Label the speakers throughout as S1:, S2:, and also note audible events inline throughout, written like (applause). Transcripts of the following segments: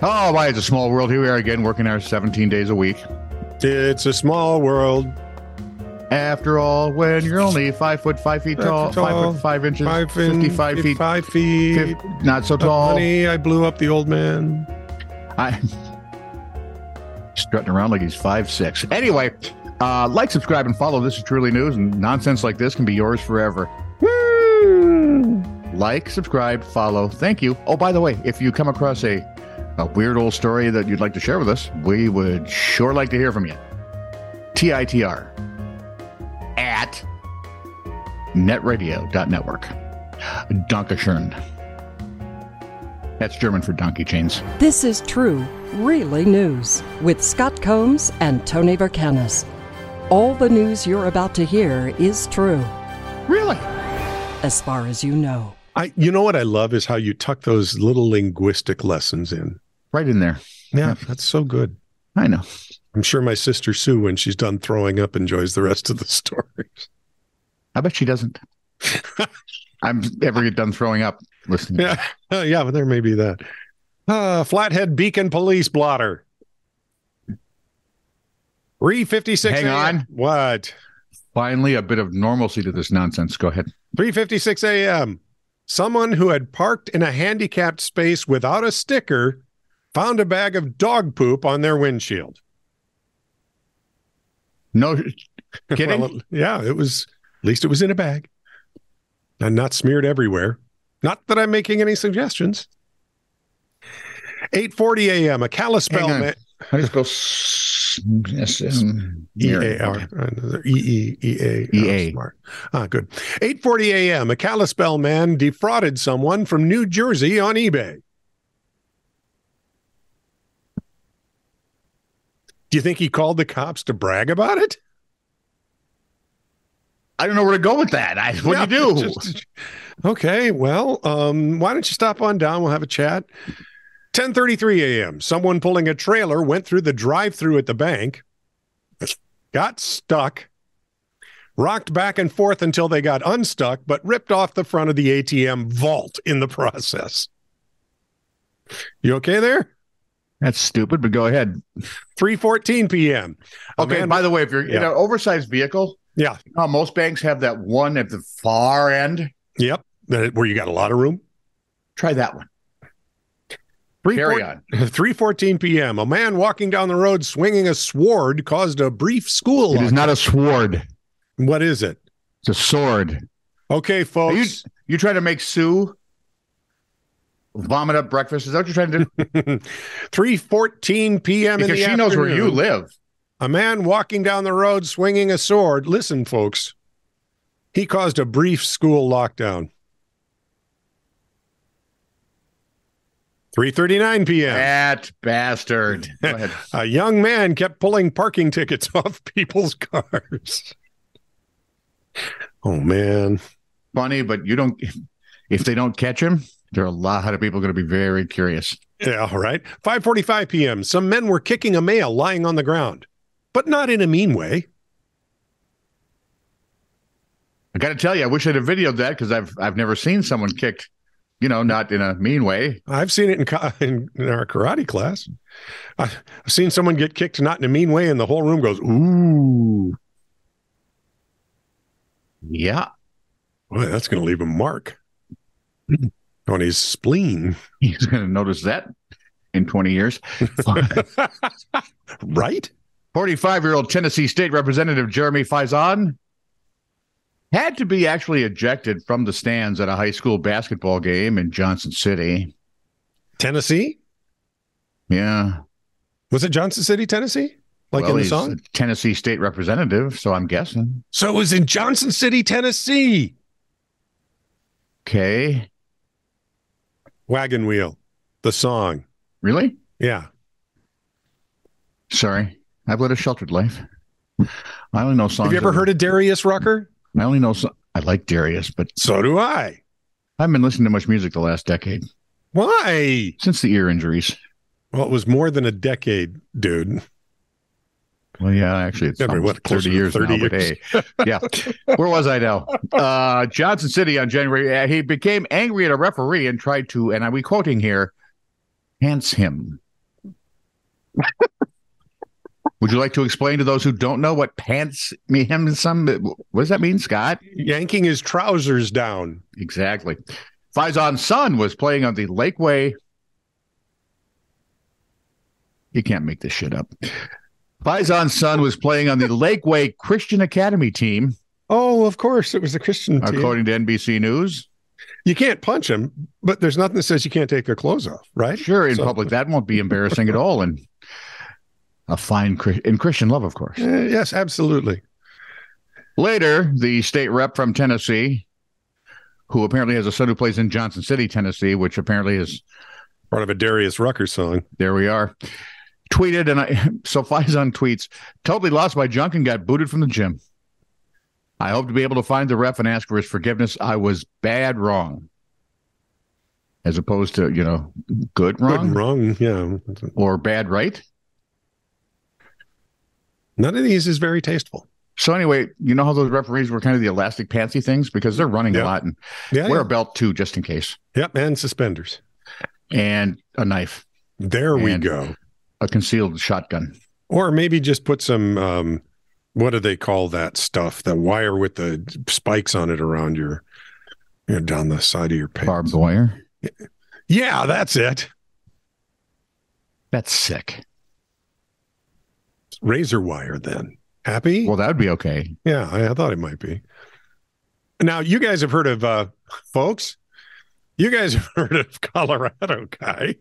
S1: Oh, why it's a small world. Here we are again, working our 17 days a week.
S2: It's a small world.
S1: After all, when you're only five foot five feet tall,
S2: After all,
S1: five foot five inches,
S2: Five and
S1: 55 feet,
S2: Five feet.
S1: fif- not so
S2: Uh,
S1: tall.
S2: Honey, I blew up the old man.
S1: I, (laughs) strutting around like he's five six. Anyway, uh, like, subscribe, and follow. This is truly news, and nonsense like this can be yours forever. Like, subscribe, follow. Thank you. Oh, by the way, if you come across a, a weird old story that you'd like to share with us, we would sure like to hear from you. TITR at netradio.network. Dankeschön. That's German for donkey chains.
S3: This is true, really news with Scott Combs and Tony Vercanis. All the news you're about to hear is true,
S1: Really?
S3: as far as you know.
S2: I, you know what I love is how you tuck those little linguistic lessons in.
S1: Right in there.
S2: Yeah, (laughs) that's so good.
S1: I know.
S2: I'm sure my sister Sue, when she's done throwing up, enjoys the rest of the (laughs) stories.
S1: I bet she doesn't. I'm ever get done throwing up listening.
S2: (laughs) Yeah, Oh, yeah, but there may be that. Uh, Flathead Beacon Police Blotter. Re 56.
S1: Hang on.
S2: What?
S1: Finally, a bit of normalcy to this nonsense. Go ahead.
S2: 3:56 a.m. Someone who had parked in a handicapped space without a sticker found a bag of dog poop on their windshield.
S1: No kidding.
S2: Well, yeah, it was at least it was in a bag and not smeared everywhere. Not that I'm making any suggestions. 8:40 a.m. A
S1: Hang
S2: Kalispell
S1: on.
S2: man,
S1: I just go. s- yes, um,
S2: E
S1: here.
S2: A R E E E A
S1: EA.
S2: Smart. Ah, good. 8:40 a.m. A Kalispell man defrauded someone from New Jersey on eBay. Do you think he called the cops to brag about it?
S1: I don't know where to go with that. I, (laughs) what do
S2: Yeah,
S1: you do?
S2: just- okay, well, um, why don't you stop on down? We'll have a chat. 10:33 a.m. Someone pulling a trailer went through the drive-through at the bank, got stuck, rocked back and forth until they got unstuck, but ripped off the front of the ATM vault in the (laughs) process. You okay there?
S1: That's stupid. But go ahead.
S2: 3:14 p.m. A
S1: Okay.
S2: man-
S1: by the way, if you're in
S2: Yeah.
S1: an oversized vehicle,
S2: yeah,
S1: uh, most banks have that one at the far end.
S2: yep, that- where you got a lot of room.
S1: Try that one. Carry on.
S2: 3:14 p.m. A man walking down the road swinging a sword caused a brief school.
S1: It is
S2: lockout.
S1: not a sword.
S2: what is it?
S1: It's a sword.
S2: Okay,
S1: Are you
S2: folks.
S1: you trying to make Sue vomit up breakfast? Is that what you're
S2: (laughs)
S1: trying to do?
S2: 3:14 p.m. in
S1: because
S2: the
S1: she knows where you
S2: afternoon.
S1: live.
S2: A man walking down the road swinging a sword. Listen, folks. He caused a brief school lockdown. 3:39 p.m.
S1: That bastard. Go ahead.
S2: A young man kept pulling parking tickets (laughs) off people's cars. Oh man.
S1: Funny, but you don't. If they don't catch him, there are a lot of people going to be very curious.
S2: Yeah, all right. 5:45 p.m. Some men were kicking a male lying on the ground, but not in a mean way.
S1: I got to tell you, I wish I'd have videoed that because I've I've never seen someone kicked, you know, not in a mean way.
S2: I've seen it in, ca- (laughs) in, in our karate class. I- I've seen someone get kicked not in a mean way, and the whole room goes, "Ooh,
S1: Yeah, (laughs)
S2: boy, that's going to leave a mark (clears throat) on his spleen."
S1: he's going to notice that in 20 years.
S2: right?
S1: 45 year old Tennessee State Representative Jeremy Faison had to be actually ejected from the stands at a high school basketball game in Johnson City.
S2: Tennessee?
S1: Yeah.
S2: Was it Johnson City, Tennessee? Like
S1: Well,
S2: in the
S1: he's
S2: song?
S1: a Tennessee State Representative, so I'm guessing.
S2: So it was in Johnson City, Tennessee.
S1: Okay.
S2: Wagon wheel, the song.
S1: Really?
S2: Yeah.
S1: Sorry. I've led a sheltered life. I only know songs.
S2: Have you ever
S1: that-
S2: heard of Darius Rucker?
S1: I only know. So- I like Darius, but
S2: So do I.
S1: I haven't been listening to much music the last decade
S2: Why?
S1: since the ear injuries.
S2: Well, it was more than a decade, dude.
S1: Well, yeah, actually, it's
S2: I mean,
S1: almost
S2: what, closer to
S1: 30 years
S2: 30
S1: now,
S2: years. (laughs)
S1: but hey, yeah. Where was I now? Uh, Johnson City on January, uh, he became angry at a referee and tried to, and I'm quoting here, pants him. (laughs) Would you like to explain to those who don't know what pants me him some what does that mean, Scott?
S2: yanking his trousers down.
S1: Exactly. Faison Sun was playing on the Lakeway. You can't make this shit up. Faison Sun was playing
S2: (laughs)
S1: on the Lakeway Christian Academy team,
S2: Oh, of course, it was a Christian team.
S1: according to NBC News.
S2: You can't punch him, but there's nothing that says you can't take their clothes off, right?
S1: Sure, in
S2: So-
S1: public, that won't be embarrassing at all. And a fine Chri- in Christian love, of course.
S2: Eh, yes, absolutely.
S1: Later, the state rep from Tennessee, who apparently has a son who plays in Johnson City, Tennessee, which apparently is
S2: Part of a Darius Rucker song.
S1: there we are, tweeted and I (laughs) so Faison tweets, totally lost my junk and got booted from the gym. I hope to be able to find the ref and ask for his forgiveness. I was bad wrong. As opposed to, you know, good
S2: Good
S1: wrong
S2: and wrong. Yeah.
S1: or bad right.
S2: None of these is very tasteful.
S1: So anyway, you know how those referees were kind of the elastic pantsy things because they're running a
S2: Yeah.
S1: lot and
S2: Yeah.
S1: wear a
S2: yeah.
S1: belt too, just in case.
S2: Yep. And suspenders.
S1: And a knife,
S2: There we
S1: And-
S2: go.
S1: a concealed shotgun.
S2: Or maybe just put some, um, what do they call that stuff? The wire with the spikes on it around your, you know, down the side of your pants.
S1: Barbed wire.
S2: Yeah, that's it.
S1: That's sick.
S2: Razor wire then. Happy?
S1: Well, that would be okay.
S2: Yeah, I, I thought it might be. Now, you guys have heard of, uh, folks, you guys have (laughs) heard of Colorado Guy.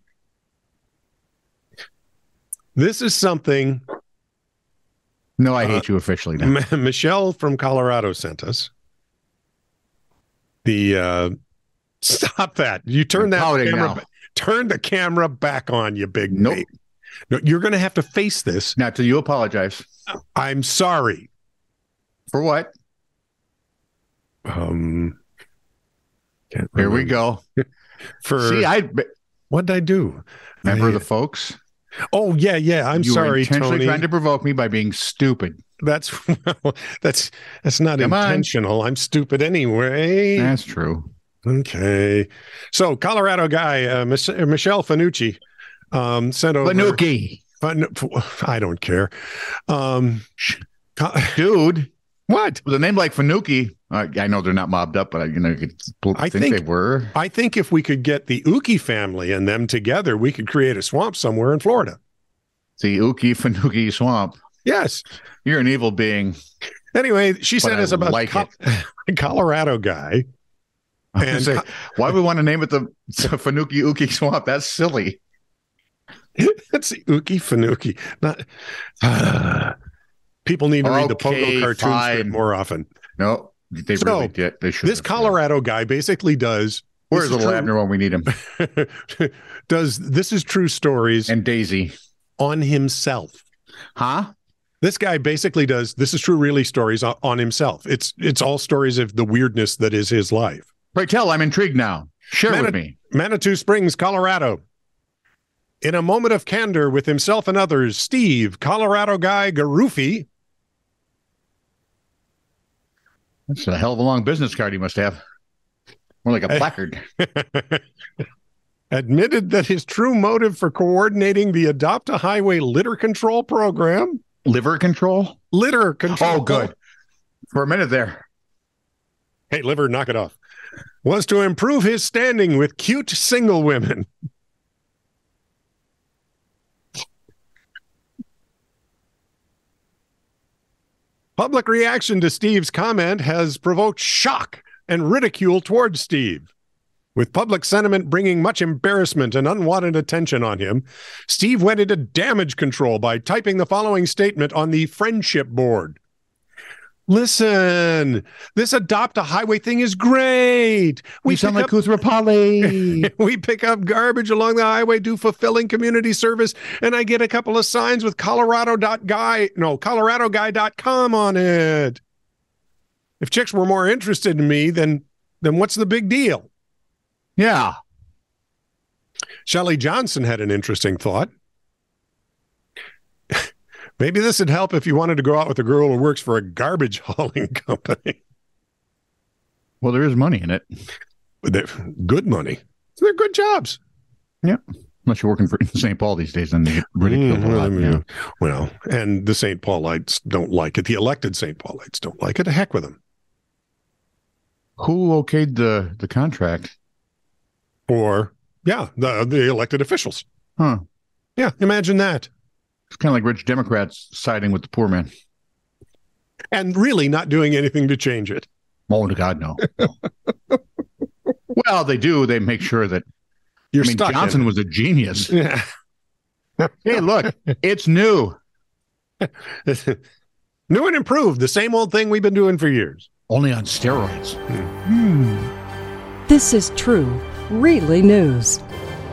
S2: This is something
S1: No, I hate you officially now.
S2: Uh, M- Michelle from Colorado sent us. The uh, stop that! You turn that
S1: pouting
S2: camera,
S1: now.
S2: ba- turn the camera back on, you big
S1: Nope.
S2: babe. No, you're going to have to face this.
S1: Now, till you apologize
S2: I'm sorry.
S1: for what?
S2: Um, can't
S1: Here we
S2: remember.
S1: go.
S2: For
S1: See, I
S2: what did I do?
S1: remember
S2: I-
S1: the folks.
S2: Oh yeah, yeah. I'm
S1: you Were
S2: sorry,
S1: intentionally
S2: Tony.
S1: trying to provoke me by being stupid.
S2: That's (laughs) well, that's that's not
S1: Come on.
S2: intentional. I'm stupid anyway.
S1: That's true.
S2: Okay. So, Colorado guy, uh, Mich- uh, Michelle Fanucci, um, sent over.
S1: Banuki,
S2: Fanu- I don't care. Um, Co-
S1: dude,
S2: what?
S1: with a name like Fanuki, I, I know they're not mobbed up, but I, you know, you could pl-
S2: I
S1: think,
S2: think-
S1: they were.
S2: I think if we could get the Uki family and them together, we could create a swamp somewhere in Florida.
S1: The Uki (laughs) Fanuki Swamp.
S2: Yes.
S1: You're an evil being.
S2: Anyway, she
S1: But
S2: sent
S1: I
S2: us about
S1: like
S2: Col-
S1: (laughs)
S2: (laughs) Colorado guy. (laughs)
S1: I was
S2: And
S1: gonna say, why we want to name it the, the Fanuki Uki Swamp? That's silly.
S2: That's the Uki Fanuki. Not (sighs) people need to read the Pogo
S1: Okay,
S2: cartoon strip
S1: fine.
S2: more often.
S1: No, they
S2: So,
S1: really did. They should.
S2: This Colorado guy basically does
S1: Where's
S2: this is
S1: little
S2: true-
S1: Abner when we need him?
S2: (laughs) does this is true stories
S1: And Daisy,
S2: on himself.
S1: huh?
S2: This guy basically does this is true really stories on, on himself. It's it's all stories of the weirdness that is his life.
S1: Pray tell, I'm intrigued now. Share
S2: Man,
S1: with
S2: it-
S1: me.
S2: Manitou Springs, Colorado. In a moment of candor with himself and others, Steve, Colorado guy Garufi,
S1: That's a hell of a long business card you must have. More like a
S2: Hey.
S1: placard.
S2: (laughs) admitted that his true motive for coordinating the Adopt a Highway litter control program,
S1: Liver control?
S2: litter
S1: Oh,
S2: control.
S1: good. For a minute there.
S2: hey liver knock it off was to improve his standing with cute single women public reaction to steve's comment has provoked shock and ridicule towards steve with public sentiment bringing much embarrassment and unwanted attention on him, Steve went into damage control by typing the following statement on the friendship board. Listen, this adopt a highway thing is great. We
S1: We
S2: pick,
S1: sound like
S2: up,
S1: Kuthra
S2: (laughs)
S1: Polly.
S2: we pick up garbage along the highway, do fulfilling community service, and I get a couple of signs with Colorado.guy, no, ColoradoGuy.com on it. If chicks were more interested in me, then then what's the big deal?
S1: yeah.
S2: Shelley Johnson had an interesting thought. (laughs) Maybe this would help if you wanted to go out with a girl who works for a garbage (laughs) hauling company.
S1: Well, there is money in it.
S2: But they're good money. They're good jobs.
S1: Yep. Unless you're working for (laughs) St. Paul these days, then they ridicule
S2: Mm,
S1: a
S2: well,
S1: lot.
S2: I mean,
S1: yeah.
S2: well, and the St. Paulites don't like it. The elected St. Paulites don't like it. To heck with them.
S1: Who okayed the the contract?
S2: Or, yeah, the, the elected officials.
S1: Huh.
S2: Yeah, imagine that.
S1: It's kind of like rich Democrats siding with the poor man.
S2: And really not doing anything to change it.
S1: Oh, to God,
S2: (laughs)
S1: no. well, they do. They make sure that.
S2: You're
S1: I mean,
S2: stuck. in
S1: Johnson
S2: it.
S1: was a genius.
S2: Yeah.
S1: hey, look, it's new.
S2: (laughs) New and improved, the same old thing we've been doing for years.
S1: Only on steroids.
S3: This is true, really news.